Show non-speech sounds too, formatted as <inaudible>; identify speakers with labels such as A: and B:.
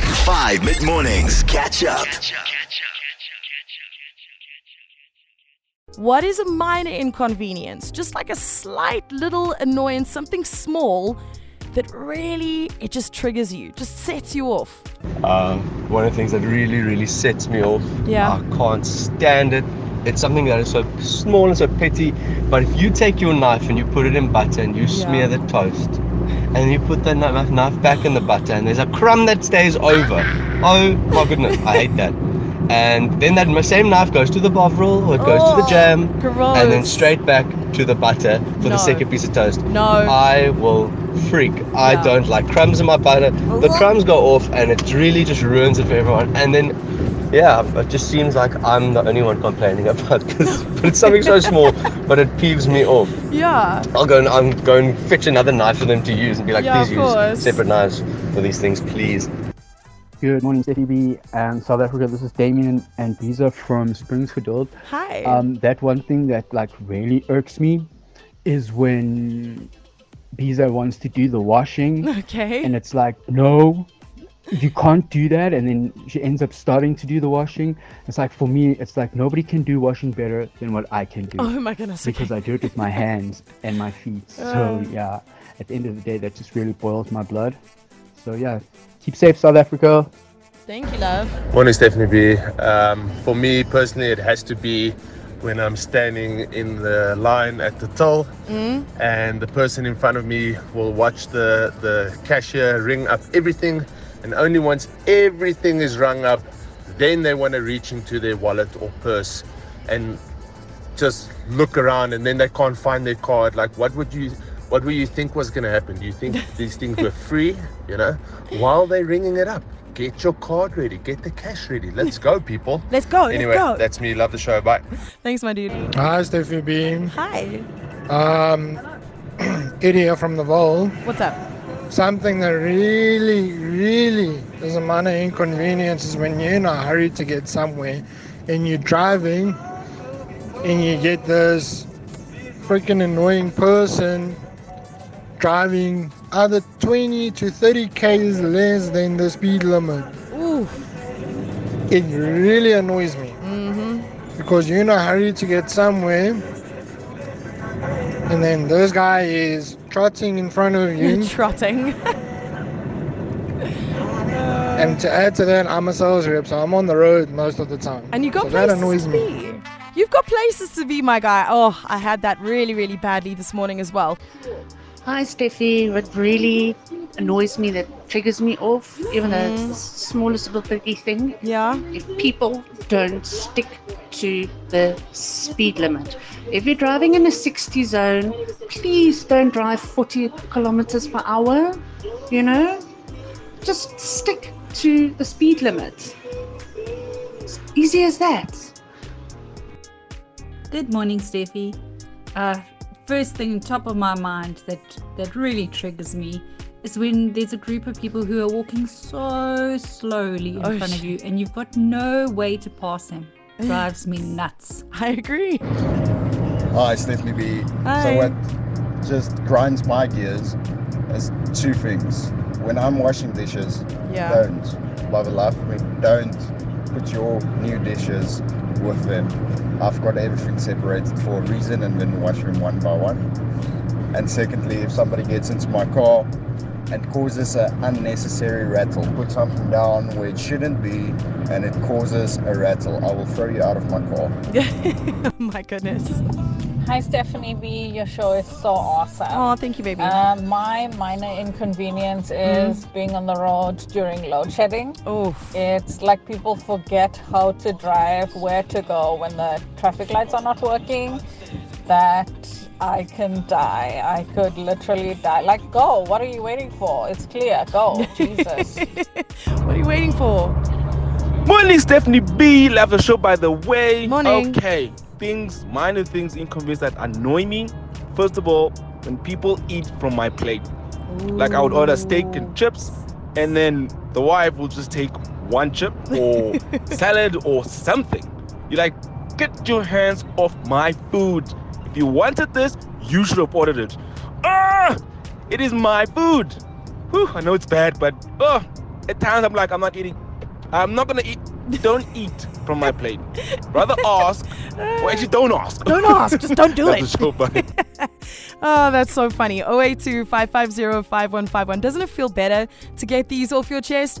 A: 5 mid mornings. Catch up.
B: What is a minor inconvenience? Just like a slight little annoyance, something small that really it just triggers you, just sets you off.
C: Um, one of the things that really, really sets me off.
B: Yeah.
C: I can't stand it. It's something that is so small and so petty. But if you take your knife and you put it in butter and you smear the toast, and then you put the kni- knife back in the butter, and there's a crumb that stays over. Oh my goodness, I hate that. And then that m- same knife goes to the bovril, or it goes to the
B: Oh,
C: jam, and then
B: gross.
C: straight back to the butter for
B: No.
C: the second piece of toast.
B: No.
C: I will freak. I
B: Yeah.
C: don't like crumbs in my butter. The
B: Ugh.
C: crumbs go off, and it really just ruins it for everyone. And then, yeah, it just seems like I'm the only one complaining about <laughs> this. But it's something so
B: <laughs>
C: small, but it peeves me off.
B: Yeah.
C: I'll go and I'm going fetch another knife for them to use and be like,
B: Yeah,
C: please
B: of course.
C: use separate knives for these things, please.
D: Good morning, ZTB and South Africa. This is Damien and Biza from Springsfield.
B: Hi.
D: Um, that one thing that like really irks me is when Biza wants to do the washing,
B: okay.
D: and it's like, no, you can't do that. And then she ends up starting to do the washing. It's like for me, it's like nobody can do washing better than what I can do
B: oh my goodness.
D: because I do it with my hands and my feet. So
B: Oh.
D: yeah, at the end of the day, that just really boils my blood. So yeah, keep safe, South Africa.
B: Thank you, love.
E: Morning, Stephanie B. Um, for me personally, it has to be when I'm standing in the line at the toll and the person in front of me will watch the, the cashier ring up everything. And only once everything is rung up, then they want to reach into their wallet or purse and just look around and then they can't find their card like what would you what would you think was going to happen do you
B: <laughs>
E: think these things were free you know while they're ringing it up get your card ready get the cash ready let's go people
B: Let's go.
E: anyway
B: let's go.
E: that's me love the show bye
B: Thanks, my dude.
F: Hi, Stephanie Bean.
B: Hi.
F: Um, Eddie here from the Vole.
B: What's up?
F: Something that really, really is a minor inconvenience is when you're in a hurry to get somewhere and you're driving and you get this freaking annoying person driving either 20 to 30 k's less than the speed limit.
B: Ooh.
F: It really annoys me because you're in a hurry to get somewhere, and then this guy is trotting in front
B: <laughs>
F: of you.
B: Trotting.
F: and to add to that, I'm a sales rep, so I'm on the road most of the time.
B: And you got
F: so that
B: places
F: annoys
B: to
F: me.
B: be. You've got places to be, my guy. Oh, I had that really, really badly this morning as well.
G: Hi, Steffi. What really annoys me, that triggers me off, even though it's the smallest little petty thing,
B: Yeah.
G: if people don't stick to the speed limit. If you're driving in a 60 zone, please don't drive 40 kilometers per hour, you know? Just stick to the speed limit. It's easy as that.
H: Good morning, Steffi. Uh, first thing top of my mind that that really triggers me is when there's a group of people who are walking so slowly in
B: Oh,
H: front of
B: sh-
H: you and you've got no way to pass them. Drives me nuts.
B: I agree. <laughs>
I: Hi, Stephanie B.
B: Hi.
I: So what just grinds my gears is two things. When I'm washing dishes,
B: Yeah.
I: don't love a laugh. I mean, don't put your new dishes with them. I've got everything separated for a reason and then wash them one by one. And secondly, if somebody gets into my car and causes an unnecessary rattle, put something down where it shouldn't be and it causes a rattle, I will throw you out of my car.
B: Oh my goodness.
J: Hi, Stephanie B. Your show is so awesome.
B: Oh, thank you, baby.
J: Uh, my minor inconvenience is being on the road during load shedding.
B: oh,
J: It's like people forget how to drive, where to go when the traffic lights are not working. That I can die. I could literally die. Like, go. What are you waiting for? It's clear. Go. Jesus.
B: what are you waiting for?
K: Morning, Stephanie B. Love the show, by the way.
B: Morning.
K: Okay, things, minor things, inconvenience that annoy me. First of all, when people eat from my plate, <laughs> like I would order steak and chips, and then the wife will just take one chip
B: <laughs>
K: or salad or something. You're like, get your hands off my food. If you wanted this, you should have ordered it. Ah, it is my food. Whew, I know it's bad, but oh, at times I'm like, I'm not eating. I'm not gonna eat. Don't eat from my plate. Rather ask, or actually don't
E: <laughs>
K: ask. <laughs>
B: Don't ask, just don't do
K: That's
B: it.
K: the show, buddy.
B: Oh, that's so funny. 082 550 5151. Doesn't it feel better to get these off your chest?